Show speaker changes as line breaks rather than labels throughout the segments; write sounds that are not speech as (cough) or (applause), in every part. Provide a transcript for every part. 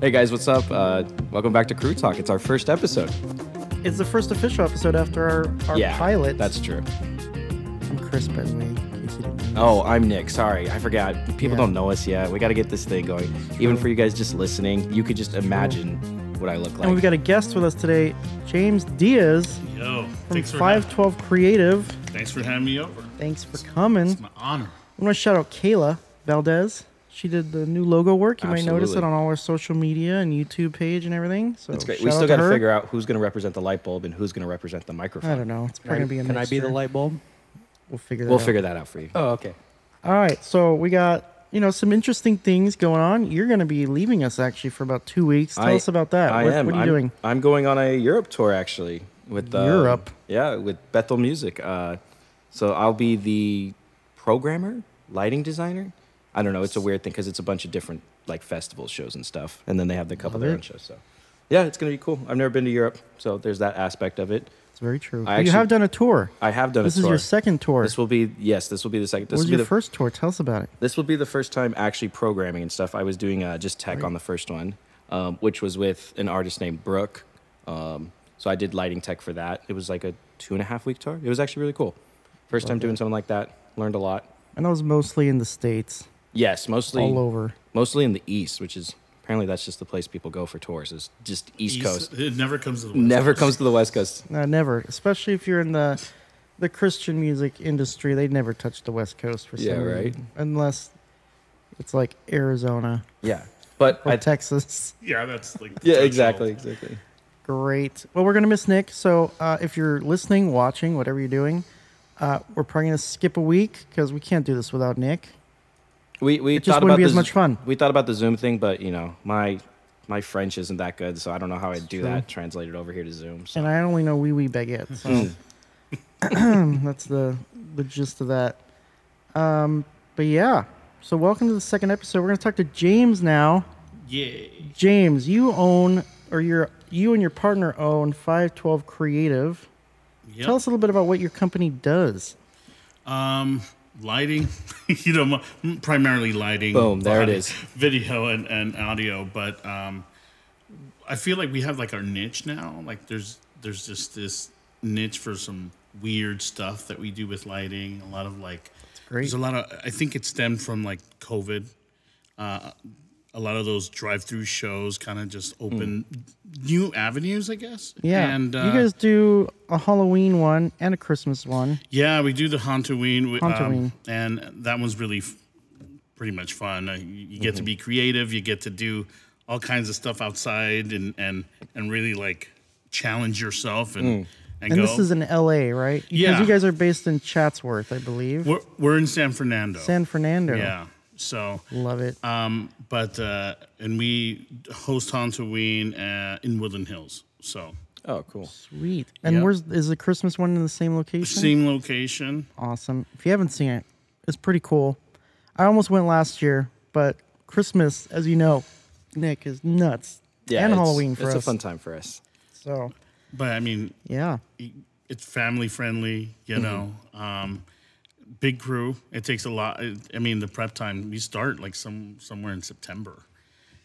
Hey guys, what's up? Uh, welcome back to Crew Talk. It's our first episode.
It's the first official episode after our, our
yeah,
pilot.
That's true.
I'm Chris, by the way. In case you didn't
Oh,
know.
I'm Nick. Sorry, I forgot. People
Yeah.
don't know us yet. We got to get this thing going. Even for you guys just listening, you could just imagine what I look like.
and we've got a guest with us today, James Diaz
Yo,
from
thanks for,
Five Twelve Creative.
ha- thanks for having me over.
Thanks for coming.
It's my honor.
I'm gonna shout out Kayla Valdez. She did the new logo work. You might notice it
Absolutely.
on all our social media and YouTube page and everything. So
That's great.
shout
We still
out to
got to
her.
figure out who's going to represent the light bulb and who's going to represent the microphone.
I don't know. It's probably gonna be a
Can I be the
mixture.
light bulb?
We'll figure that.
We'll
out.
figure that out for you.
Oh, okay.
All right, so we got you know some interesting things going on. You're going to be leaving us actually for about two weeks. Tell
I-
us about that.
I
what,
am.
what are you
I'm,
doing?
I'm going on a Europe tour actually with uh,
Europe?
Yeah, with Bethel Music. Uh, so I'll be the programmer, lighting designer. I don't know. It's a weird thing because it's a bunch of different like festival shows and stuff, and then they have the couple
Love
of their
it.
own shows. So yeah, it's gonna be cool. I've never been to Europe, so there's that aspect of it.
It's very true.
I
you
actually-
have done a tour.
I have done
this
a
is
tour.
your second tour.
This will be yes. This will be the second.
what
This
was
will be
your
the
first tour? Tell us about it.
This will be the first time actually programming and stuff. I was doing uh, just tech on the first one, um, which was with an artist named Brooke. Um, so I did lighting tech for that. It was like a two and a half week tour. It was actually really cool. First time doing something like that. Learned a lot.
And that was mostly in the states,
Yes, mostly
all over.
mostly in the East, which is apparently that's just the place people go for tours. Is just East, Coast.
It never comes to the West
Never
Coast.
comes to the West
(laughs)
Coast.
No, never, especially if you're in the the Christian music industry. They never touch the West Coast for some
Yeah,
reason,
right.
unless it's like Arizona
Yeah, but
or
I
Texas. (laughs)
Yeah, that's like.
(laughs)
the
yeah
threshold.
exactly exactly.
Great. Well, we're going to miss Nick. So uh, if you're listening, watching, whatever you're doing, uh, we're probably going to skip a week because we can't do this without Nick.
We we
It just
thought
wouldn't
about
be
the
as much
Zo-
fun.
We thought about the Zoom thing, but you know, my my French isn't that good, so I don't know how I'd do
true.
that. Translate it over here to Zoom. So.
And I only know Wee Wee Baguette. So (clears throat) that's the, the gist of that. Um, but yeah. So welcome to the second episode. We're going to talk to James now.
Yeah.
James, you own, or your you and your partner own 512 Creative.
Yep.
Tell us a little bit about what your company does.
Um, lighting, (laughs) you know, mo- primarily lighting.
Boom, there it
body-
is.
(laughs) Video and, and audio, but um, I feel like we have like our niche now. Like there's there's just this niche for some weird stuff that we do with lighting. A lot of like,
great.
there's a lot of. I think it stemmed from like COVID. Uh, a lot of those drive-through shows kind of just open
Hmm.
new avenues, I guess.
Yeah.
and uh,
you guys do a Halloween one and a Christmas one.
yeah, we do the Hauntoween, we-
Hauntoween.
um, and that one's really f- pretty much fun. Uh, you you get to
Mm-hmm.
be creative, you get to do all kinds of stuff outside, and and and really like challenge yourself and
Mm.
and,
And
go.
this is in LA, right? Because
Yeah.
you guys are based in Chatsworth, I believe.
we're, we're in San Fernando.
San Fernando.
yeah, so.
Love it.
Um, but uh, and we host Hauntoween uh, in Woodland Hills, so
Oh, cool.
Sweet. And
yeah.
where's is the Christmas one in the same location?
same location.
Awesome. If you haven't seen it, it's pretty cool. I almost went last year, but Christmas, as you know, Nick is nuts.
Yeah,
and
it's-
Halloween for
it's a
us.
fun time for us.
So
But I mean,
yeah.
it's family friendly, you know.
Mm-hmm.
Um, big crew. It takes a lot. I I mean, the prep time we start like some somewhere in September.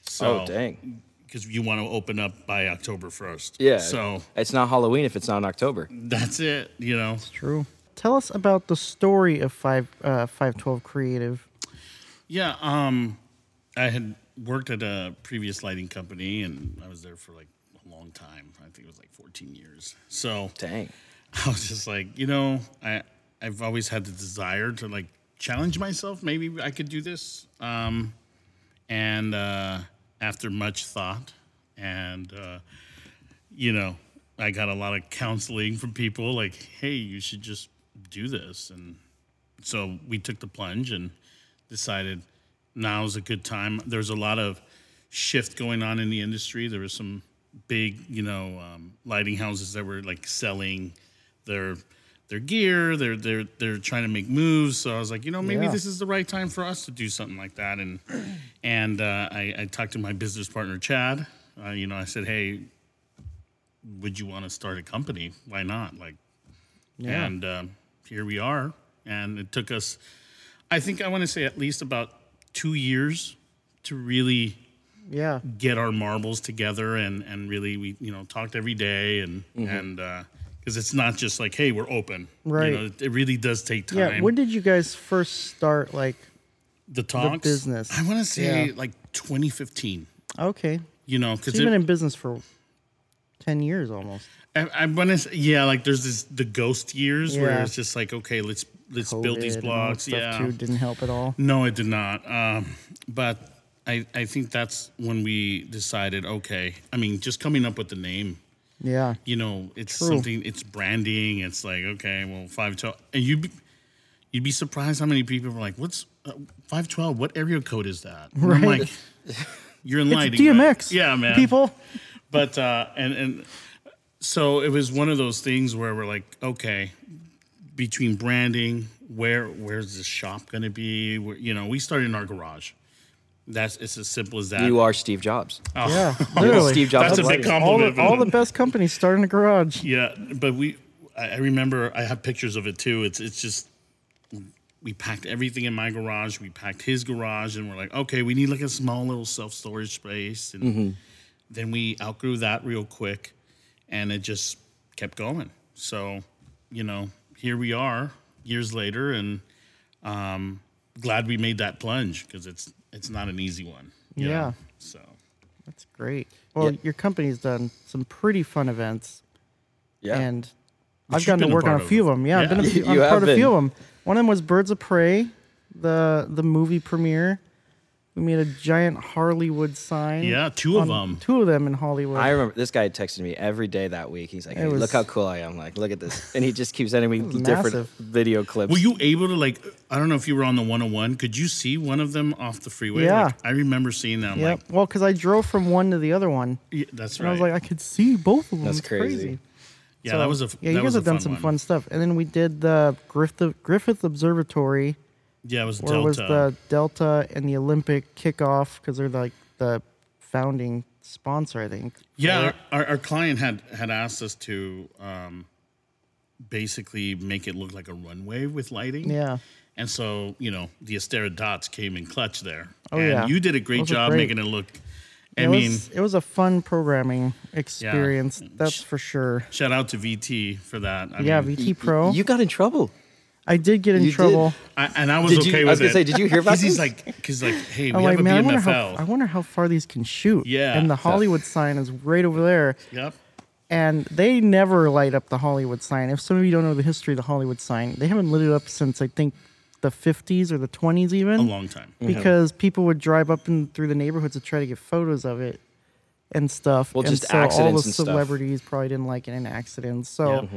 So,
oh, dang.
Because you want to open up by October first.
Yeah.
So
it's not Halloween if it's not in October.
that's it. You know.
It's true. Tell us about the story of five uh, five twelve creative.
Yeah. Um, I had worked at a previous lighting company, and I was there for like a long time. I think it was like 14 years. So
Dang.
(laughs) I was just like, you know, I I've always had the desire to like challenge myself. Maybe I could do this. Um, and uh, after much thought, and uh, you know, I got a lot of counseling from people like, hey, you should just do this. And so we took the plunge and decided now's a good time. There's a lot of shift going on in the industry. There was some big, you know, um, lighting houses that were like selling their their gear. They're they're they're trying to make moves. So I was like, you know, maybe
Yeah.
this is the right time for us to do something like that. And and uh, I, I talked to my business partner Chad. Uh, you know, I said, hey, would you want to start a company? Why not? Like, and um, here we are. And it took us, I think I want to say at least about two years to really
Yeah.
get our marbles together and and really we you know talked every day and and uh because it's not just like hey we're open
Mm-hmm. Right.
you know, it really does take time
Yeah. When did you guys first start? Like,
the talks
business.
i want to say
Yeah.
like 2015
okay,
you know
so
because
you've been in business for ten years almost.
I, I want to yeah like there's this the ghost years where
Yeah.
it's just like okay let's let's build these
COVID and all that
blocks
stuff
yeah
too didn't help at all.
No, it did not. Um, but I, I think that's when we decided. Okay, I mean, just coming up with the name.
Yeah.
You know, it's something. It's branding. It's like okay, well, five twelve, and you. would You'd be surprised how many people were like, "What's uh, five twelve? What area code is that?" And I'm
Right.
like, "You're in
It's
lighting." right?"
DMX.
Yeah, man.
People.
But uh, and and so it was one of those things where we're like, okay, between branding, where where's this shop going to be? Where, you know, we started in our garage. That's it's as simple as that.
You are Steve Jobs.
Oh,
Yeah.
(laughs)
Literally.
Steve Jobs.
That's a
of
big
lighting.
all
compliment.
the, all the best companies start in a
(laughs)
garage.
yeah, but we. I I remember I have pictures of it too. It's it's just we packed everything in my garage. We packed his garage, and we're like, okay, we need like a small little self storage space, and then we outgrew that real quick, and it just kept going. So, you know, here we are years later, and um, glad we made that plunge because it's it's not an easy one. you know?
Yeah.
So
That's great. Well,
Yeah.
your company's done some pretty fun events,
Yeah.
and
you've
I've gotten
been
to
a
work on
part
a
of
few of
them.
them. Yeah, I've been
(laughs)
a
Yeah.
few,
You
I'm part
have
of a few
been.
of them. One of them was Birds of Prey, the the movie premiere. We made a giant Hollywood sign.
yeah, two of
on-
them.
Two of them in Hollywood.
I remember this guy texted me every day that week. He's like,
It
hey,
was-
look how cool I am. Like, look at this. And he just keeps sending
(laughs)
me
was
different
massive.
video clips.
Were you able to like? I don't know if you were on the 101. Could you see one of them off the freeway?
Yeah.
Like, I remember seeing that. I'm
yeah.
like,
well, because I drove from one to the other one,
yeah, that's
and
right.
I was like, I could see both of them.
That's
It's crazy.
crazy.
yeah,
So,
that was a.
yeah.
that
You guys
was
have
a
done
fun
some
one.
fun stuff, and then we did the Griffith Griffith Observatory.
Yeah, it was
Or
Delta.
was the Delta and the Olympic kickoff because they're like the founding sponsor, I think.
yeah, our, our client had had asked us to um, basically make it look like a runway with lighting.
Yeah.
And so you know the Astera dots came in clutch there.
Oh,
and
yeah.
You did a great
Those are
job
great.
making it look. I
It
mean,
was, it was a fun programming experience, that's for sure.
shout out to VT for that. I
Yeah,
mean,
VT E Pro.
You got in trouble.
I did get in
you did.
trouble.
I, and I was
Did you-
okay
I
with
was
it.
gonna say, did you hear about
Because he's
this?
like, because like, hey, we
I'm like,
have a
Oh, man, I
BMFL.
wonder, how, I wonder how far these can shoot.
Yeah.
And the Hollywood sign is right over there.
Yep.
And they never light up the Hollywood sign. If some of you don't know the history of the Hollywood sign, they haven't lit it up since I think the 50s or the 20s, even.
A long time.
because people would drive up and through the neighborhoods to try to get photos of it and stuff.
Well,
and
just
so all the
accidents and stuff.
celebrities probably didn't like it in accidents. So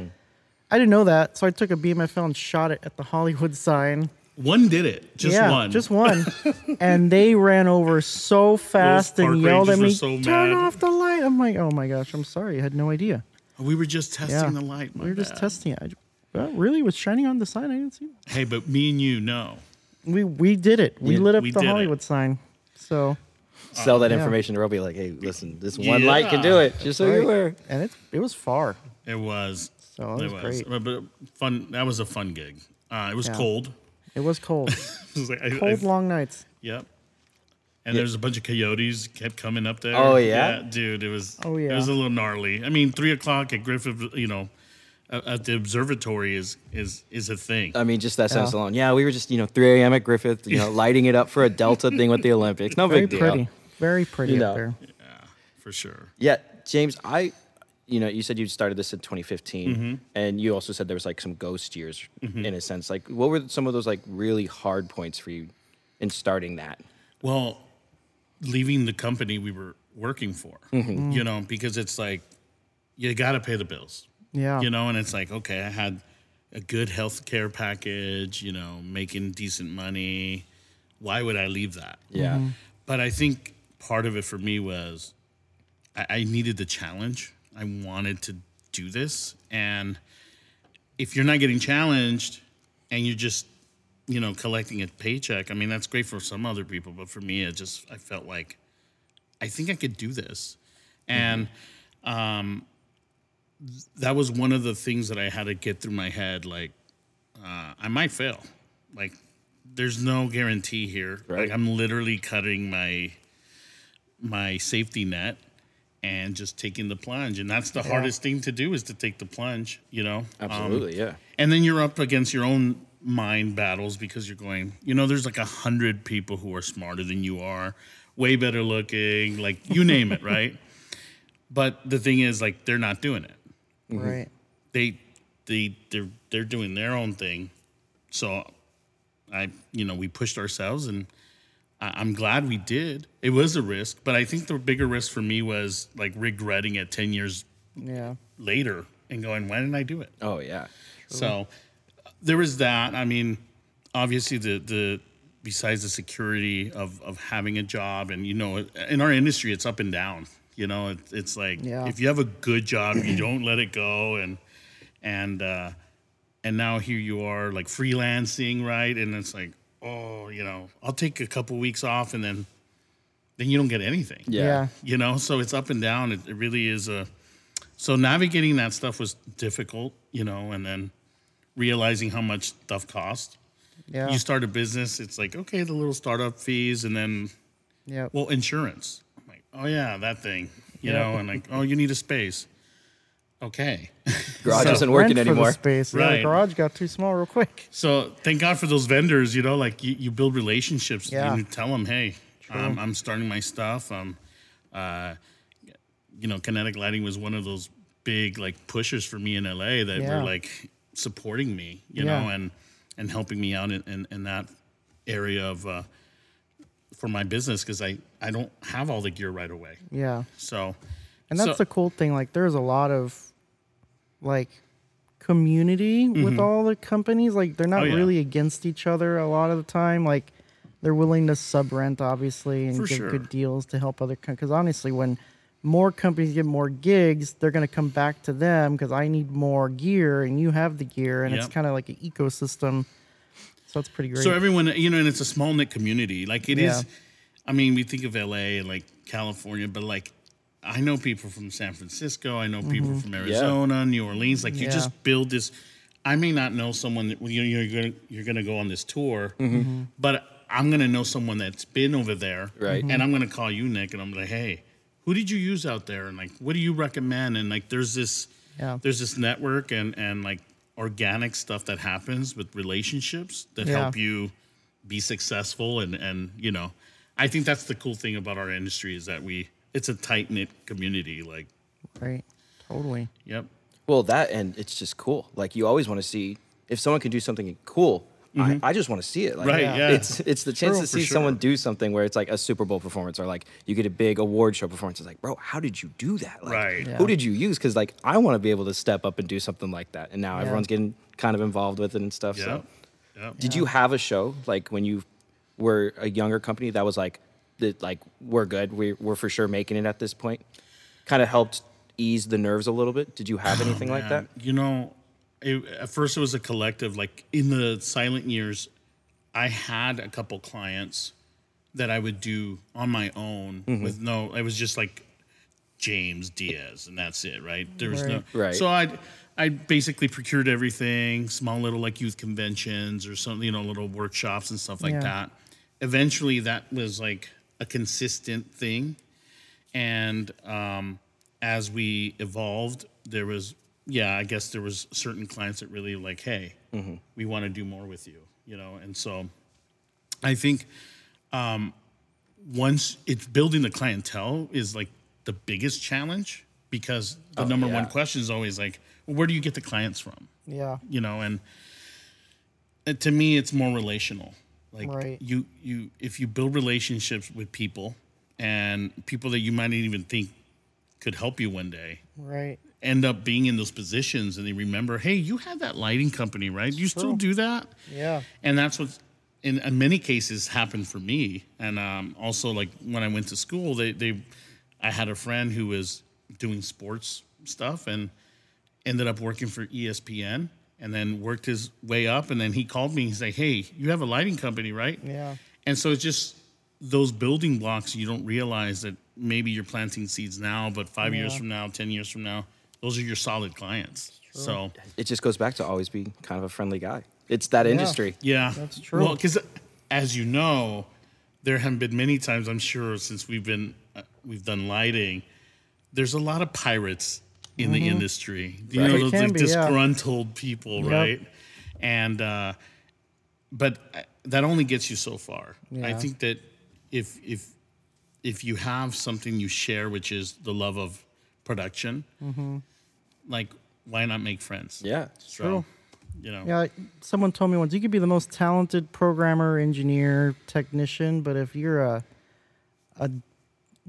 I didn't know that. So I took a BMFL and shot it at the Hollywood sign.
One did it. Just
yeah,
one.
just
(laughs)
one. and they ran over so fast
park
and yelled at
rangers were
me,
so
"Turn
mad."
off the light!" I'm like, "Oh my gosh, I'm sorry, I had no idea."
We were just testing
Yeah,
the light. my
we were just
bad.
testing it. I, well, really it was shining on the sign. I didn't see. It.
Hey, but me and you know.
We we did it. We
Yeah,
lit up
we
the
did it.
Hollywood sign. So
Sell that
yeah.
information to Roby. Like, hey, listen, this one light can
Yeah.
do it. Just so
right.
you were.
and it it was far.
It was.
So that
it
was great.
But, but fun. That was a fun gig. Uh, it was
Yeah.
cold. (laughs)
It was cold.
It was like, I-
Cold
I-
long nights.
Yep. And there's a bunch of coyotes kept coming up there.
Oh, yeah?
dude, it was.
Oh,
it
yeah.
was a little gnarly. I mean, three o'clock at Griffith, you know, at at the observatory is is is a thing.
Um,
I mean, just that sense
Yeah.
alone. Yeah, we were just, you know, 3 a.m. at Griffith,
(laughs)
you know, lighting it up for a Delta thing with the Olympics. No
Very
big deal.
pretty. Very pretty
You
up
know.
there.
yeah, for sure.
Yeah, James, I, you know, you said you started this in 2015,
Mm-hmm.
and you also said there was like some ghost years in a sense. Like, what were some of those like really hard points for you in starting that?
Mm-hmm.
Well, leaving the company we were working for, you know, because it's like you got to pay the bills,
Yeah.
you know, and it's like, okay, I had a good health care package, you know, making decent money. Why would I leave that?
Yeah,
Um,
But I think part of it for me was I, I needed the challenge. I wanted to do this. And if you're not getting challenged and you're just, you know, collecting a paycheck, I mean, that's great for some other people. But for me, it just, I felt like I think I could do this. And um, th- that was one of the things that I had to get through my head. Like, uh, I might fail. Like, there's no guarantee here.
Right.
Like, I'm literally cutting my my safety net and just taking the plunge. And that's the hardest thing to do is to take the plunge, you know? Um,
Absolutely, yeah.
and then you're up against your own mind battles because you're going, you know, there's like a hundred people who are smarter than you are, way better looking, like you name it, (laughs) right? But the thing is, like, they're not doing it
Right.
they they they're they're doing their own thing. So I you know, we pushed ourselves and I, I'm glad we did. It was a risk, but I think the bigger risk for me was like regretting it ten years
Yeah.
later and going, Why didn't I do it?
Oh yeah.
So there was that. I mean, obviously the the besides the security of of having a job and you know in our industry it's up and down. You know, it, it's like
Yeah.
if you have a good job, you don't let it go and and uh and now here you are like freelancing, right? And it's like, oh, you know, I'll take a couple weeks off and then then you don't get anything
Yeah.
Yeah.
you know so it's up and down it, it really is a so navigating that stuff was difficult you know and then realizing how much stuff costs
Yeah.
you start a business it's like okay the little startup fees and then
Yep.
well insurance I'm like oh yeah that thing you know and like oh you need a space okay
Garage
So-
isn't working
Rent for the
anymore.
space. Yeah, the
Right.
garage got too small real quick.
So thank God for those vendors, you know, like you, you build relationships
Yeah.
and you tell them, hey, um, I'm starting my stuff. Um, uh, you know, Kinetic Lighting was one of those big like pushers for me in LA that
Yeah.
were like supporting me, you
Yeah.
know, and and helping me out in, in, in that area of uh, for my business because I, I don't have all the gear right away.
Yeah.
So
And that's
so,
the cool thing. Like, there's a lot of like community with all the companies. Like, they're not
Mm-hmm. Oh, yeah.
really against each other a lot of the time. Like, they're willing to sub rent, obviously, and
For
give
sure.
good deals to help other Because honestly, when more companies get more gigs, they're going to come back to them because I need more gear and you have the gear. And it's
Yep.
kind of like an ecosystem. So that's pretty great.
So everyone, you know, and it's a small knit community. Like it is.
Yeah.
I mean, we think of LA and like California, but like I know people from San Francisco. I know people from Arizona, New Orleans. Like you
Mm-hmm. Yeah.
just build this. I may not know someone that well, you know, you're gonna you're gonna go on this tour,
Mm-hmm.
but I'm gonna know someone that's been over there,
Right.
And I'm gonna call you, Nick, and I'm like, hey, who did you use out there? And like, what do you recommend? And like, there's this
Yeah.
there's this network and and like organic stuff that happens with relationships that
Yeah.
help you be successful and and you know i think that's the cool thing about our industry is that we it's a tight knit community like
right. Totally.
yep
Well, that and it's just cool. Like you always want to see if someone can do something cool. I, I just want to see it. Like,
Mm-hmm. Right, Yeah. yeah.
It's it's the chance
True,
to
for
see someone
sure.
do something where it's like a Super Bowl performance or like you get a big award show performance. It's like, bro, how did you do that? Like,
Right.
Who did you use? Because like I want to be able to step up and do something like that. And now
Yeah.
everyone's getting kind of involved with it and stuff.
yep
So,
yep
did you have a show like when you were a younger company that was like that? Like we're good. We, we're for sure making it at this point. Kind of helped ease the nerves a little bit. Did you have anything like that?
Um, You know, it, at first it was a collective. Like in the silent years, I had a couple clients that I would do on my own
Mm-hmm.
with no. It was just like James Diaz, and that's it, right? There was no.
Right.
So I, I basically procured everything, small little like youth conventions or something, you know, little workshops and stuff like
Yeah.
that. Eventually, that was like a consistent thing and um, as we evolved there was yeah i guess there was certain clients that really like hey we want to do more with you you know and so i think um, once it's building the clientele is like the biggest challenge because the number one
yeah.
question is always like well, where do you get the clients from
Yeah.
you know and uh, to me it's more relational like
Right.
you you if you build relationships with people and people that you might not even think could help you one day
Right.
end up being in those positions and they remember hey you had that lighting company right you still do that
Yeah.
and that's what in, in many cases happened for me and um, also like when i went to school they, they i had a friend who was doing sports stuff and ended up working for E espn and then worked his way up and then he called me he's like hey you have a lighting company right
Yeah.
and so it's just those building blocks you don't realize that maybe you're planting seeds now but five years from now ten years from now those are your solid clients so
it just goes back to always be kind of a friendly guy. It's that industry.
Yeah.
That's true.
Well, because as you know, there have been many times, I'm sure, since we've been uh, we've done lighting. There's a lot of pirates in the industry. You know,
There
those
Mm-hmm. can
like,
be, yeah.
disgruntled people, right? And uh, but uh, that only gets you so far. I
Yeah.
think that if if if you have something you share, which is the love of production,
Mm-hmm.
like why not make friends?
Yeah.
so,
true.
You know,
Yeah, like, someone told me once you could be the most talented programmer, engineer, technician, but if you're a a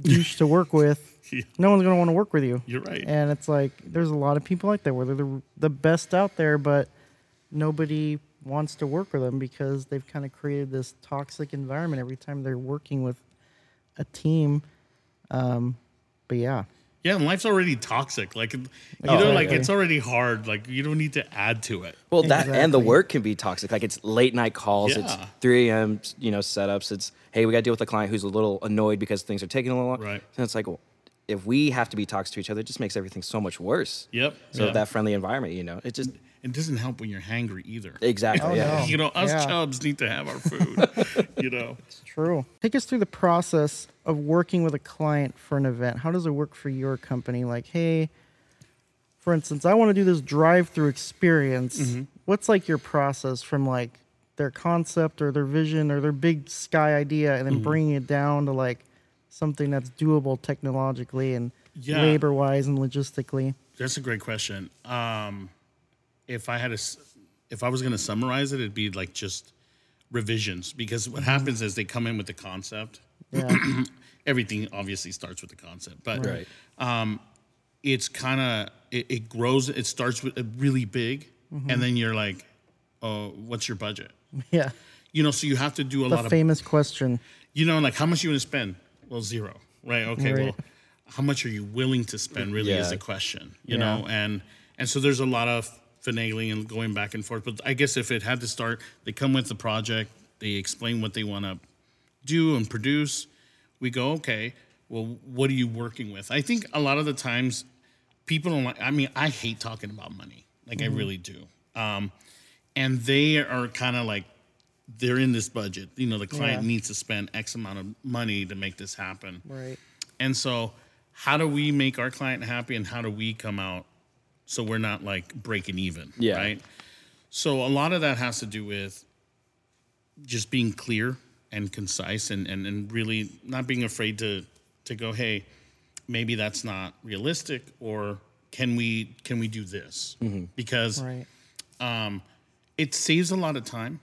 douche to
(laughs)
work with,
Yeah.
no one's gonna want to work with you.
You're right.
And it's like there's a lot of people like that where they're the, the best out there, but nobody wants to work with them because they've kind of created this toxic environment every time they're working with a team. Um, but yeah,
yeah, and life's already toxic. Like, you
Oh,
know,
yeah,
like
yeah.
it's already hard. Like, you don't need to add to it.
Well, that and the
Exactly.
work can be toxic. Like it's late night calls, it's
Yeah.
3 a.m. You know setups. It's hey, we got to deal with a client who's a little annoyed because things are taking a little long.
Right.
And it's like, well, if we have to be toxic to each other, it just makes everything so much worse.
Yep.
So
yeah.
that friendly environment, you know, it just
it doesn't help when you're hangry either.
exactly.
Oh,
yeah.
no.
You know, us
Yeah.
chubs need to have
(laughs)
our food. you know,
it's true. Take us through the process of working with a client for an event. How does it work for your company? Like, hey, for instance, I want to do this drive-through experience.
Mm-hmm.
What's like your process from like their concept or their vision or their big sky idea,
Mm-hmm.
and then bringing it down to like something that's doable technologically and
Yeah.
labor-wise and logistically?
(clears throat) that's a great question. Um, if I had a, s- if I was going to summarize it, it'd be like just revisions because
Mm-hmm.
what happens is they come in with the concept.
Yeah,
(clears throat) Everything obviously starts with the concept, but
Right.
um, it's kind of it, it grows. It starts with uh, really big,
Mm-hmm.
and then you're like, "Oh, what's your budget?"
yeah.
You know, so you have to do a
The
lot of
famous question.
you know, like how much you want to spend? Well, zero, right? Okay,
Right.
well, how much are you willing to spend? Really is
Yeah.
the question, you
Yeah.
know, and and so there's a lot of finagling and going back and forth. But I guess if it had to start, they come with the project, they explain what they want to do and produce. We go, okay, well, what are you working with? I think a lot of the times people don't like. I mean, I hate talking about money, like
Mm-hmm.
I really do. Um, and they are kind of like they're in this budget. You know, the client
Yeah.
needs to spend X amount of money to make this happen.
Right.
And so, how do we make our client happy and how do we come out so we're not like breaking even?
Yeah.
Right. So, a lot of that has to do with just being clear and concise and, and, and really not being afraid to, to go, hey, maybe that's not realistic or can we can we do this because
Right.
it saves a lot of time.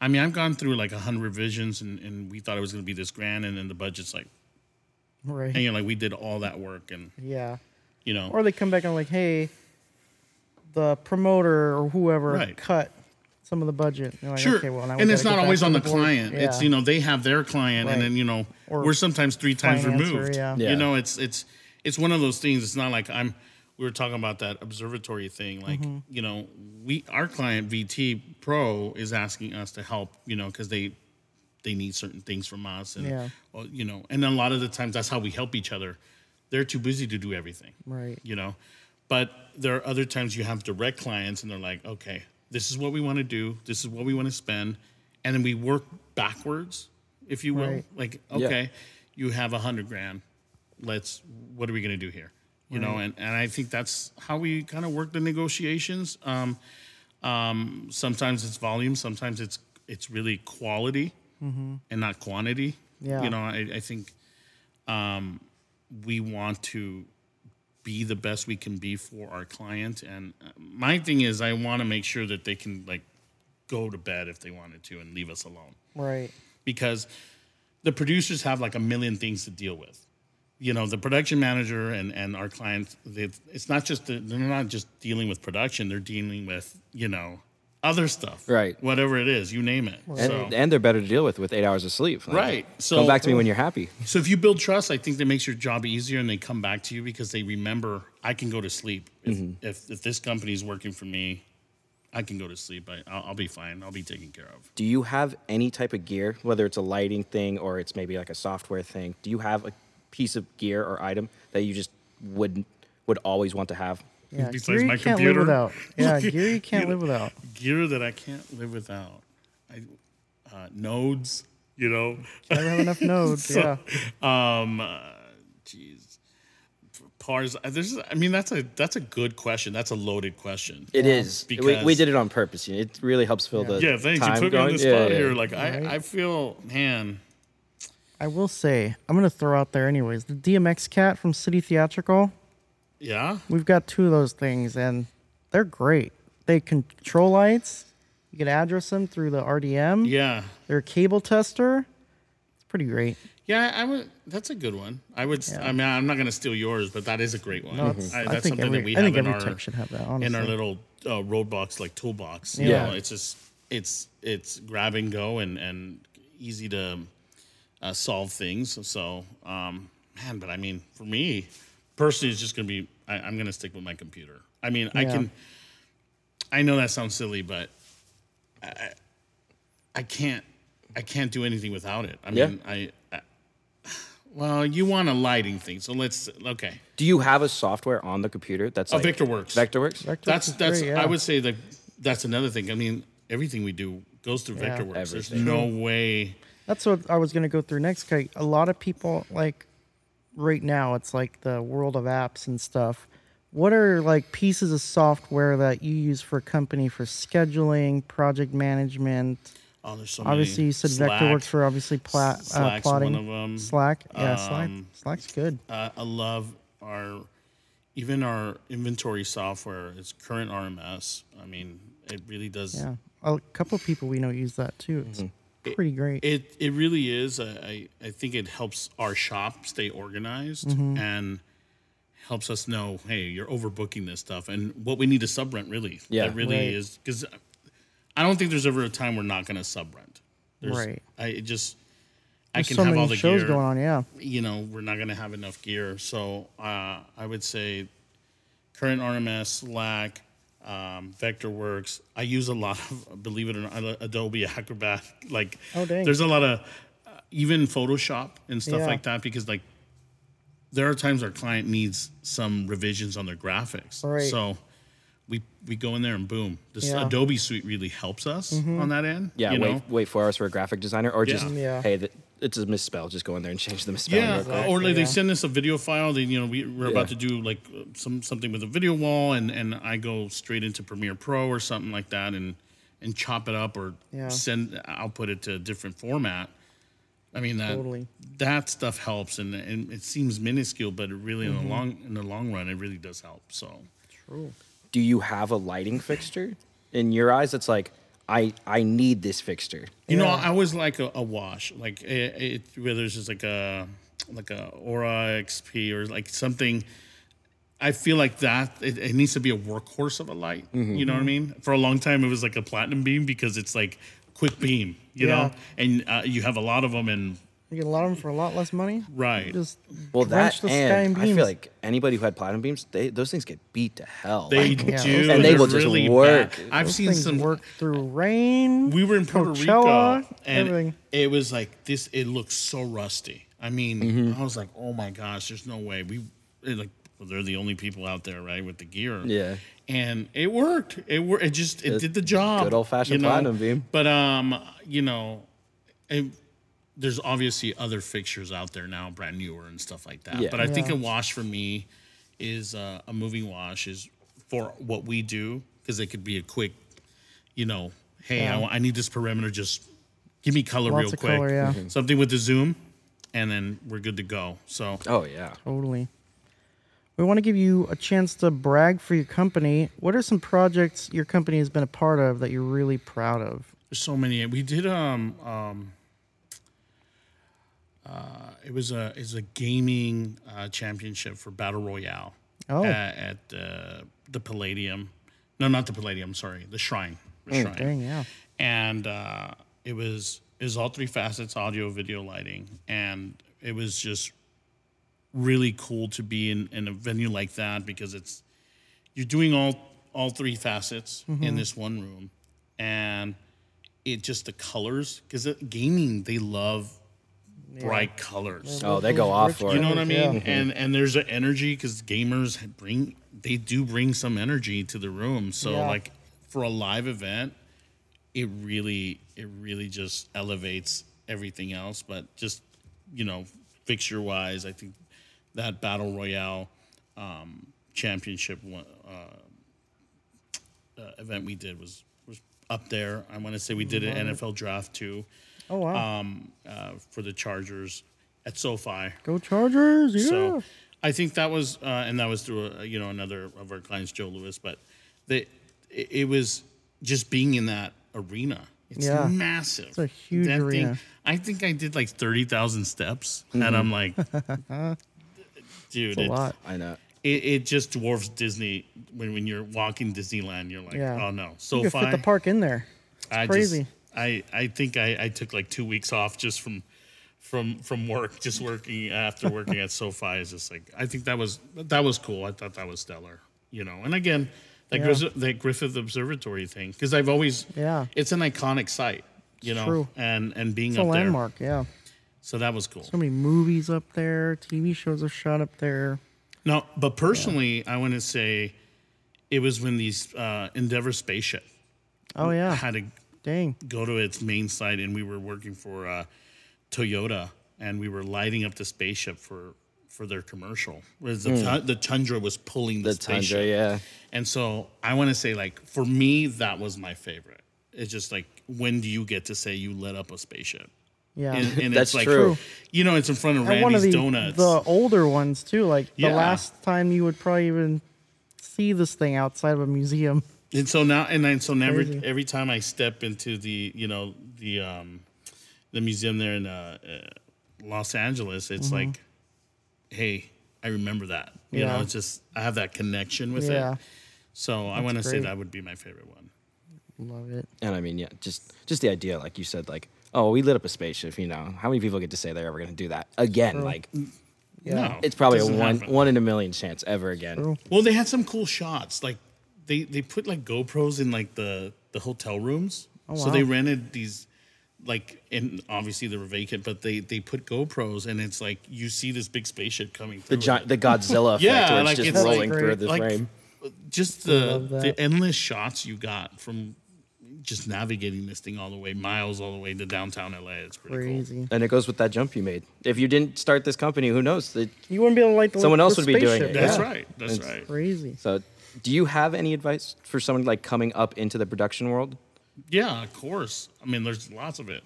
I mean, I've gone through like hundred revisions, and, and we thought it was going to be this grand, and then the budget's like, and
Right.
you know, like we did all that work, and
Yeah.
you know,
or they come back and like, hey, the promoter or whoever
Right.
cut some of the budget. And you're like,
sure.
okay, well, now we
and it's
gotta
not
get
always
back
on
to
the
board.
client. It's
Yeah.
you know they have their client,
Right.
and then you know
Or
we're sometimes three times
finance or-
removed.
yeah.
Yeah.
You know, it's it's it's one of those things. It's not like I'm. We were talking about that observatory thing. Like
Mm-hmm.
you know, we our client VT Pro is asking us to help. You know, because they they need certain things from us, and
Yeah.
well, you know, and a lot of the times that's how we help each other. They're too busy to do everything
Right.
you know but there are other times you have direct clients and they're like okay this is what we want to do this is what we want to spend and then we work backwards if you will
Right.
like okay you have a hundred grand let's what are we going to do here you know and, and i think that's how we kind of work the negotiations um, um, sometimes it's volume sometimes it's it's really quality and not quantity
Yeah.
you know i, I think um, we want to be the best we can be for our client. And uh, my thing is, I want to make sure that they can like go to bed if they wanted to and leave us alone (laughs)
Right.
because the producers have like a million things to deal with. You know, the production manager and, and our clients, they, it's not just, the, they're not just dealing with production, they're dealing with, you know, other stuff.
Right.
Whatever it is, you name it.
And,
So,
and they're better to deal with with eight hours of sleep. Like,
Right. So-
come back to me when you're happy.
so if you build trust, I think that makes your job easier and they come back to you because they remember I can go to sleep. If,
Mm-hmm.
if, if this company is working for me, I can go to sleep. I, I'll, I'll be fine. I'll be taken care of.
Do you have any type of gear, whether it's a lighting thing or it's maybe like a software thing? Do you have a piece of gear or item that you just would would always want to have?
Yeah.
Besides
Gear
my
you can't live
computer.
without.
(laughs)
Yeah. Gear you can't live without.
gear that I can't live without. I uh, nodes, you know.
Never have enough nodes. yeah.
Um, uh, Jeez. Pars. uh, There's. I mean, that's a that's a good question. That's a loaded question.
It is. we, we
because-
did it on purpose. you know, It really helps fill the
yeah, thanks. You
time
put me
going.
on the spot
yeah, yeah.
here. Like I, I feel man.
I will say, I'm gonna throw out there anyways. The DMX cat from City Theatrical.
Yeah.
We've got two of those things, and they're great. They control lights. You can address them through the RDM.
Yeah.
They're a cable tester. It's pretty great.
Yeah, I would. That's a good one. I would. s I mean, I'm not gonna steal yours, but that is a great one.
it's-
I,
I
that's
think
something
every-
that we
I
have
think
in
every
our
tech should have that,
in our
honestly.
little uh, roadblocks like toolbox.
Yeah.
You know, it's just it's it's grab and go and and easy to uh, solve things. So, um, man, but I mean, for me personally, it's just gonna be. I, I'm gonna stick with my computer. I mean, I
Yeah.
can. I know that sounds silly, but I, I can't. I can't do anything without it. I
Yeah.
mean, I, I. Well, you want a lighting thing, so let's okay.
Do you have a software on the computer that's
Oh,
like
VectorWorks.
VectorWorks?
Vectorworks
That's
is
that's.
great,
I
yeah.
would say that that's another thing. I mean, everything we do goes through
Yeah.
VectorWorks. There's
Everything.
no way.
That's what I was going to go through next. 'cause a lot of people like right now, it's like the world of apps and stuff. What are like pieces of software that you use for a company for scheduling, project management?
Oh, there's so
Obviously,
many.
you said
Slack.
VectorWorks for obviously plat, uh,
Slack's one
plotting.
of 'em.
Slack, yeah, Slack.
Um,
Slack's good.
Uh, I love our even our inventory software. It's current RMS. I mean, it really does.
Yeah, a couple people we know use that too. It's pretty great.
Mm-hmm. It it really is. I, I I think it helps our shop stay organized
Mm-hmm.
and helps us know, hey, you're overbooking this stuff and what we need to subrent really.
Yeah.
That really
Right.
is because I don't think there's ever a time we're not gonna subrent. There's,
Right.
I it just I
There's
can
so
have
many
all the
shows
gear.
going on. Yeah,
You know, we're not gonna have enough gear. So uh, I would say current RMS, Slack, um, VectorWorks. I use a lot of, (laughs) believe it or not, I lo- Adobe Acrobat. (laughs) Like,
Oh, dang.
there's a lot of uh, even Photoshop and stuff
Yeah.
like that because like there are times our client needs some revisions on their graphics.
Right.
So we we go in there and boom, this
Yeah. Mm-hmm.
Adobe suite really helps us on that end.
Yeah,
you
wait,
know?
wait four hours for a graphic designer, or just
Yeah.
Yeah.
hey, th- it's a misspell. Just go in there and change the misspelling.
Yeah,
real quick.
or like they
yeah.
send us a video file. They, you know, we, we're about to
Yeah.
do like uh, some something with a video wall, and and I go straight into Premiere Pro or something like that, and and chop it up or
Yeah.
send output it to a different format. I mean that
Totally.
that stuff helps, and and it seems minuscule, but it really
Mm-hmm.
in the long in the long run, it really does help. So
true.
Do you have a lighting fixture in your eyes? That's like I I need this fixture.
you know,
Yeah.
I was like a, a wash, like it, it whether it's just like a like a Aura XP or like something. I feel like that it, it needs to be a workhorse of a light. You know what
Mm-hmm.
I mean? For a long time, it was like a platinum beam because it's like quick beam. You
Yeah.
know, and uh, you have a lot of them, and
You get a lot of them for a lot less money.
right.
Just
Well,
drench
that
the sky in
and I
beams.
feel like anybody who had platinum beams, they those things get beat to hell.
they
Like,
do,
yeah, those
and
they
they're
will just
really
work.
bad. I've
Those
seen
things
some
work through rain.
We were in Puerto
Coachella,
Rico, and
everything.
it was like this. It looked so rusty. I mean,
Mm-hmm.
I was like, "Oh my gosh, there's no way." We it like well, they're the only people out there, right, with the gear.
Yeah.
and it worked. It worked. It just it
It's
did the job.
good old-fashioned platinum beam.
But um, you know, it, there's obviously other fixtures out there now, brand newer and stuff like that.
Yeah.
But I think
Yeah.
a wash for me is uh, a moving wash is for what we do because it could be a quick, you know, hey, I, wa- I need this perimeter, just give me color
Lots
real
of
quick,
color, yeah. Mhm.
something with the zoom, and then we're good to go. So
oh yeah.
Totally. We want to give you a chance to brag for your company. What are some projects your company has been a part of that you're really proud of?
There's so many. We did um um uh it was a it's a gaming uh championship for battle royale.
Oh.
a- At, uh, the Palladium. No, not the Palladium, sorry. The Shrine. The Shrine.
Oh, Dang, yeah.
And uh it was it was all three facets, audio, video, lighting, and it was just really cool to be in, in a venue like that because it's you're doing all all three facets in this one room and it just the colors because gaming they love bright colors
Oh, they go off
Rich
for
you know
it.
what i mean
Yeah.
and and there's an energy because gamers bring they do bring some energy to the room so
Yeah.
like for a live event it really it really just elevates everything else but just you know fixture wise i think that battle royale um, championship one, uh, uh, event we did was was up there. I want to say we did an NFL draft too
Oh wow.
um, uh, for the Chargers at SoFi.
Go Chargers! Yeah.
So I think that was, uh, and that was through a, you know another of our clients, Joe Lewis. But they, it, it was just being in that arena. It's
Yeah.
massive. It's
a huge arena. Mm-hmm.
Thing, I think I did like thirty thousand steps, and I'm like,
(laughs)
dude,
a
it,
lot.
I know.
It, it just dwarfs Disney when when you're walking Disneyland. You're like,
Yeah.
oh no,
You
SoFi.
could fit the park in there.
I
crazy.
Just, I I think I, I took like two weeks off just from from from work, (laughs) just working after working at SoFi is just like I think that was that was cool. I thought that was stellar, you know. And again, that
Yeah.
Gris- that Griffith Observatory thing because I've always
Yeah.
it's an iconic site, you know,
True.
and and being
It's a
up
landmark. Yeah.
there, so that was cool.
So many movies up there. TV shows are shot up there.
No, but personally, I want to say it was when these uh, Endeavor spaceship
Oh yeah.
had a
Dang.
go to its main site and we were working for uh, Toyota and we were lighting up the spaceship for for their commercial. Whereas the, tu- the Tundra was pulling the,
Hmm. The
spaceship.
tundra, yeah.
And so I want to say like for me that was my favorite. It's just like when do you get to say you lit up a spaceship?
Yeah.
And, and
Ah, (laughs) That's
it's like
true.
you know it's in front of
and one of
Randy's
the
Donuts.
the older ones too. Like
Yeah.
the last time you would probably even see this thing outside of a museum.
And so now, and then so now every,
Crazy.
every time I step into the, you know, the um, the museum there in uh, uh, Los Angeles, it's
Mm-hmm.
like, hey, I remember that. You know,
Yeah.
it's just I have that connection with
Yeah.
it. So I want to say
great.
that would be my favorite one.
Love it.
And I mean, yeah, just just the idea, like you said, like oh, we lit up a spaceship. You know, how many people get to say they're ever going to do that again? Like
Yeah.
No,
it's probably a
doesn't
one
happen.
one in a million chance ever again.
True.
Well, they had some cool shots. Like they they put like GoPros in like the the hotel rooms. So
Oh,
wow.
they rented these like and obviously they were vacant, but they they put GoPros and it's like you see this big spaceship coming
The
through.
gi- the Godzilla effect,
Yeah,
where it's
like,
just
it's
rolling
like-
through the
like-
frame.
just the
love that.
the endless shots you got from just navigating this thing all the way miles all the way to downtown LA. It's pretty
Crazy.
And it goes with that jump you made. If you didn't start this company, who knows? The-
You wouldn't be able to light the
Someone
the
else would be doing
spaceship.
it,
cool. That's
Yeah.
right. That's
It's-
right.
Crazy.
so, do you have any advice for someone like coming up into the production world?
Yeah, of course. I mean, there's lots of it.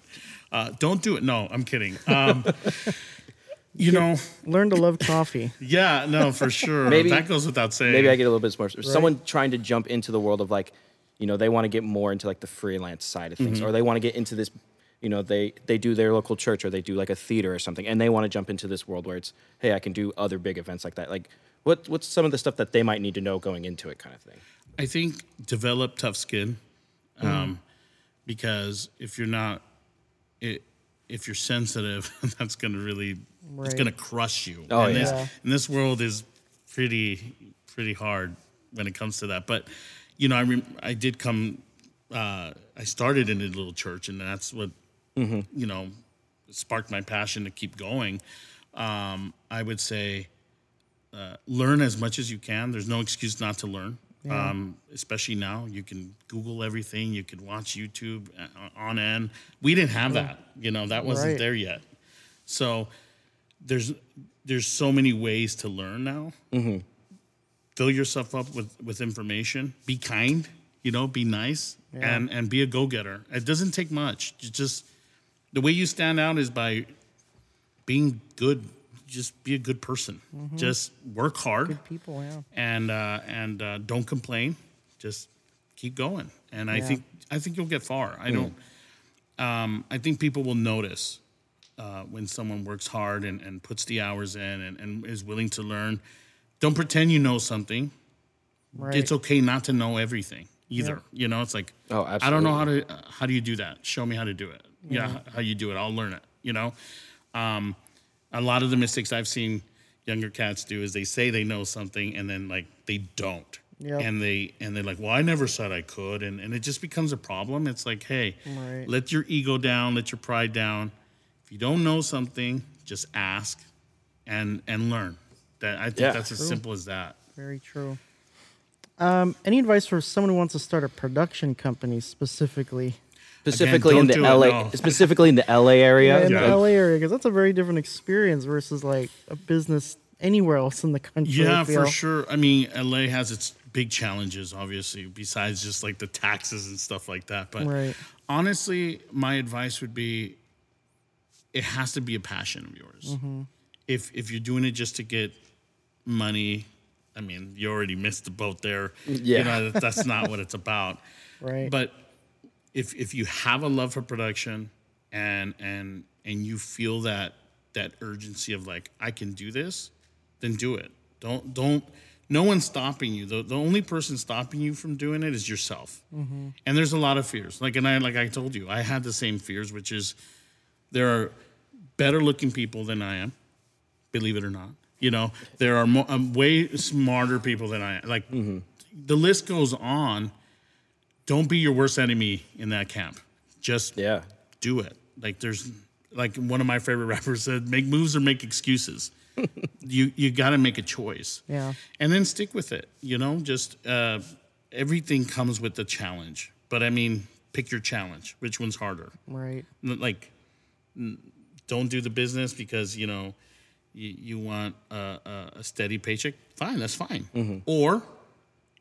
Uh, don't do it. No, I'm kidding.
(laughs)
Um, you know,
Learn to love
(laughs)
coffee.
yeah, no, for sure.
Maybe-
that goes without saying.
Maybe I get a little bit more. Someone trying to jump into the world of like, you know, they want to get more into like the freelance side of things,
Mm-hmm.
or they want to get into this, you know, they they do their local church or they do like a theater or something, and they want to jump into this world where it's, hey, I can do other big events like that. Like, what what's some of the stuff that they might need to know going into it, kind of thing?
I think develop tough skin, um, because if you're not, it, if you're sensitive, (laughs) that's gonna really, it's
Right.
gonna crush you.
Oh,
and
yeah.
This, and this world is pretty, pretty hard when it comes to that. But you know, I rem- I did come, uh, I started in a little church, and that's what,
Mm-hmm.
you know, sparked my passion to keep going. Um, I would say uh, learn as much as you can. There's no excuse not to learn. Um, especially now, you can Google everything. You can watch YouTube uh, on end. We didn't have that. You know that wasn't
Right.
there yet. So there's there's so many ways to learn now. Fill yourself up with with information. Be kind. You know, be nice and and be a go getter. It doesn't take much. You just the way you stand out is by being good. Just be a good person. Just work hard
People, yeah.
and uh, and uh, don't complain. Just keep going, and I
Yeah.
think I think you'll get far. I don't. Um, I think people will notice uh, when someone works hard and, and puts the hours in and, and is willing to learn. Don't pretend you know something.
Right.
It's okay not to know everything either. You know, it's like
Oh,
I don't know how to uh, how do you do that? Show me how to do it. Yeah, h- how you do it? I'll learn it. You know, um, a lot of the mistakes I've seen younger cats do is they say they know something and then like they don't.
Yep.
And they and they're like, well, I never said I could, and and it just becomes a problem. It's like, hey,
Right.
let your ego down, let your pride down. If you don't know something, just ask, and and learn. That I think
Yeah.
that's as simple as that.
Very true. Um, any advice for someone who wants to start a production company specifically
Specifically in
don't
the
do it,
LA,
no.
specifically in the LA area.
in
Yeah.
the LA area? Because that's a very different experience versus like a business anywhere else in the country. I
Yeah,
feel.
for sure. I mean, LA has its big challenges, obviously, besides just like the taxes and stuff like that. But
Right.
honestly, my advice would be it has to be a passion of yours.
Mm-hmm.
If if you're doing it just to get money, I mean, you already missed the boat there.
Yeah.
You know, that- that's not what it's about.
Right.
But if if you have a love for production and and and you feel that that urgency of like I can do this, then do it. Don't don't no one's stopping you. The, the only person stopping you from doing it is yourself. And there's a lot of fears. Like and I like I told you, I had the same fears, which is there are better looking people than I am, believe it or not. You know, there are mo- um, way smarter people than I am. Like the list goes on. Don't be your worst enemy in that camp. Just
Yeah.
do it. Like there's like one of my favorite (laughs) rappers said, make moves or make excuses. you you got to make a choice.
Yeah.
And then stick with it. You know, just uh, everything comes with the challenge. But I mean, pick your challenge. Which one's harder?
Right.
N- Like, n- don't do the business because you know you, you want a, a, a steady paycheck. Fine, that's fine. Or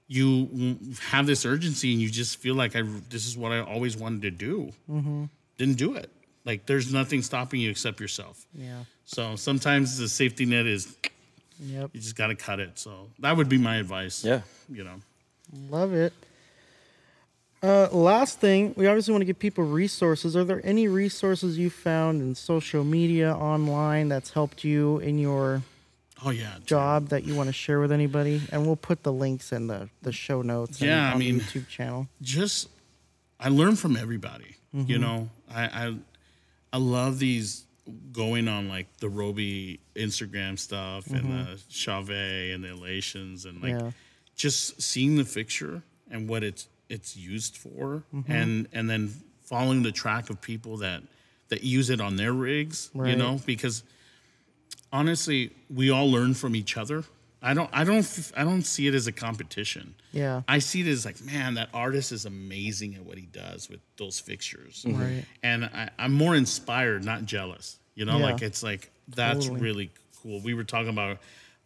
you w- have this urgency and you just feel like I this is what I always wanted to do. Then do it. Like there's nothing stopping you except yourself.
Yeah.
So sometimes the safety net is
Yep.
you just got to cut it. So that would be my advice.
Yeah.
You know.
Love it. Uh, last thing, we obviously want to give people resources. Are there any resources you found in social media, online, that's helped you in your
Oh yeah. dude.
job that you want to share with anybody? And we'll put the links in the, the show notes. and
Yeah, I
on the
mean-
YouTube channel.
just I learn from everybody. You
Mm-hmm.
know, I, I I love these going on like the Roby Instagram stuff and the Chave and the Elations and like
Mm-hmm. Yeah.
just seeing the picture and what it's it's used for
Mm-hmm.
and and then following the track of people that that use it on their rigs. You
Right.
know, because honestly, we all learn from each other. I don't I don't f- I don't see it as a competition.
Yeah.
I see it as like, man, that artist is amazing at what he does with those fixtures.
Mm-hmm. Right.
And I, I'm more inspired, not jealous. You know,
Yeah.
like it's like that's
Totally.
really cool. We were talking about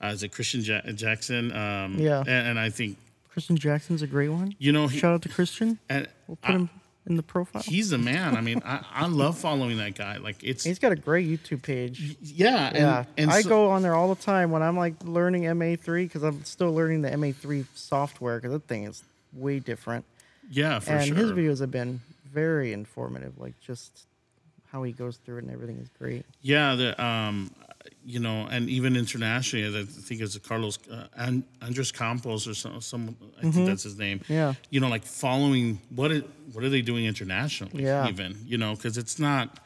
uh, is it Christian ja- Jackson? Um,
Yeah.
And, and I think
Christian Jackson's a great one.
you know he,
Shout out to Christian.
and
We'll put
I-
him in the profile.
he's a man. I mean, I, I love following that guy. Like it's
He's got a great YouTube page.
yeah. And,
Yeah,
and
I
so-
go on there all the time when I'm like learning MA3 because I'm still learning the MA3 software because that thing is way different.
yeah for
and
sure.
his videos have been very informative, like just how he goes through it and everything is great.
Yeah, the um, you know, and even internationally, I think it's Carlos uh, and Andres Campos or some, some I think that's his name.
Mm-hmm. Yeah.
you know, like following what it, what are they doing internationally?
Yeah.
even you know, because it's not.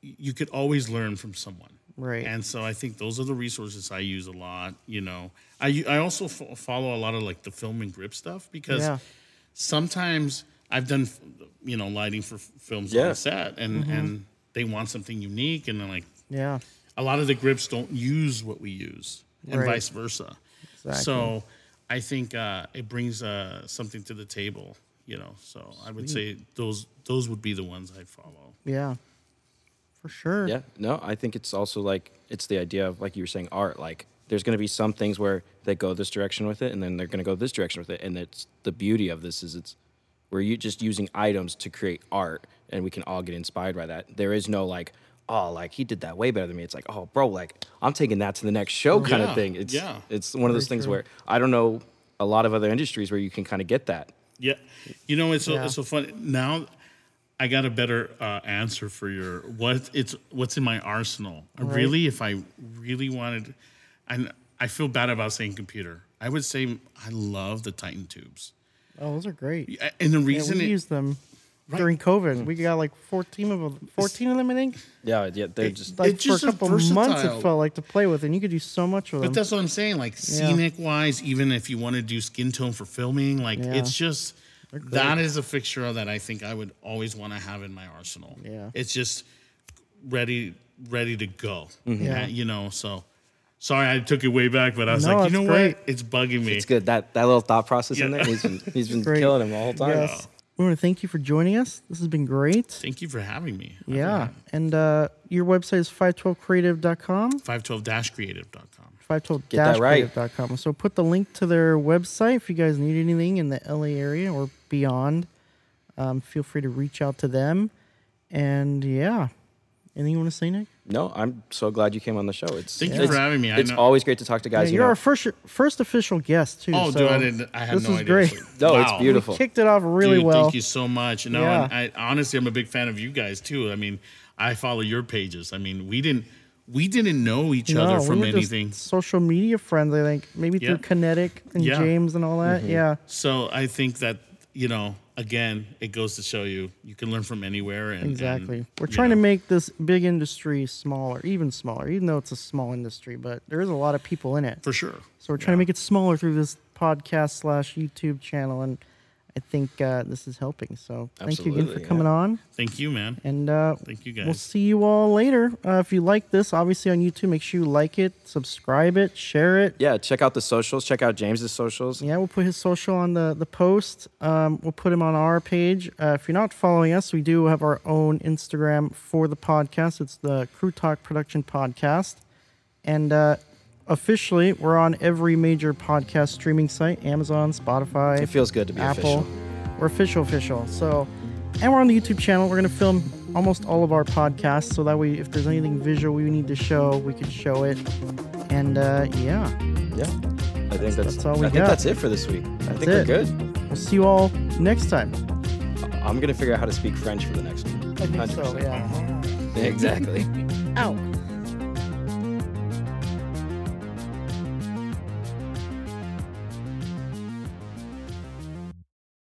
You could always learn from someone,
Right.
And so I think those are the resources I use a lot. You know, I u- I also fo- follow a lot of like the film and grip stuff because
Yeah.
sometimes I've done f- you know lighting for f- films
Yeah.
on set, and
Mm-hmm.
and they want something unique, and then like
Yeah.
a lot of the grips don't use what we use, and
Right.
vice versa.
Exactly.
So I think uh, it brings uh, something to the table, you know. So I would say those those would be the ones I follow.
Yeah. For sure.
Yeah. No, I think it's also like it's the idea of like you were saying art. Like there's going to be some things where they go this direction with it, and then they're going to go this direction with it, and it's the beauty of this is it's we're you just using items to create art, and we can all get inspired by that. There is no like. Oh, like he did that way better than me. It's like, oh, bro, like I'm taking that to the next show kind
Yeah,
of thing. It's
yeah.
it's one of those things where I don't know a lot of other industries where you can kind of get that.
Yeah, you know it's so,
Yeah.
it's so funny now. I got a better uh, answer for your what it's what's in my arsenal. Really, if I really wanted, and I feel bad about saying computer. I would say I love the Titan tubes,
Oh, those are great.
A- and the
Yeah,
reason
we
it-
used them during COVID. We got like 14 of them, 14 of them, I think.
Yeah, yeah. They're just
Like
It's
for a
just a
couple months, it
versatile-
felt like to play with, and you could do so much with
But
them.
that's what I'm saying. Like scenic wise, even if you want to do skin tone for filming, like
Yeah.
it's just that is a fixture that I think I would always want to have in my arsenal.
Yeah.
it's just ready, ready to go.
Mm-hmm. Yeah.
Yeah, you know. So sorry, I took it way back, but I was
No,
like,
it's
you know
great.
what? It's bugging me.
it's good. That that little thought process in
Yeah.
there. He's been
(laughs)
he's been
Great.
killing him the whole time.
Yes. We want to thank you for joining us. This has been great.
Thank you for having me.
Yeah. And uh, your website is 512creative.com.
Five twelve creative.com.
five twelve
Get that right.
creative.com. So put the link to their website if you guys need anything in the LA area or beyond. Um, feel free to reach out to them. And yeah, anything you want to say, Nick?
No, I'm so glad you came on the show. It's
Thank you
it's-
for having me. I
It's
know-
always great to talk to
Yeah,
guys. you
you're
know.
our first first official guest too.
Oh,
so
dude, I didn't. I had
this
no
is
idea.
great. (laughs)
So-
No, it's
Wow.
beautiful.
Kicked it off really
Dude,
well.
Thank you so much. No, and I honestly, I'm a big fan of you guys too. I mean, I follow your pages. I mean, we didn't we didn't know each other
we
from
were just
anything.
social media friends, I think. Maybe
Yeah.
through Kinetic and
Yeah. Mm-hmm.
James and all that. Yeah.
So I think that you know, again, it goes to show you you can learn from anywhere. And and,
Exactly. We're
you
trying to
know,
make this big industry smaller, even smaller, even though it's a small industry, but there is a lot of people in it.
for sure.
So we're trying to make it smaller through this podcast slash YouTube channel. And I think uh, this is helping. So thank you again for
Absolutely,
coming
yeah.
on.
Thank you, man.
And uh,
Thank you
We'll
guys.
see you all later. Uh, if you like this, obviously on YouTube, make sure you like it, subscribe it, share it.
yeah, check out the socials. Check out James's socials.
Yeah, we'll put his social on the the post. Um, we'll put him on our page. Uh, if you're not following us, we do have our own Instagram for the podcast. It's the Crew Talk Production Podcast, and uh, officially we're on every major podcast streaming site: Amazon, Spotify.
It feels good to be
Apple.
official.
We're official, official. So, and we're on the YouTube channel. We're gonna film almost all of our podcasts, so that way, if there's anything visual we need to show, we can show it. And uh, yeah,
Yeah, I think that's,
that's all we
I think
got.
that's it for this week. I think we're
it.
good.
we'll see you all next time.
I'm gonna figure out how to speak French for the next one.
I think so.
100%.
Yeah.
Exactly.
Out.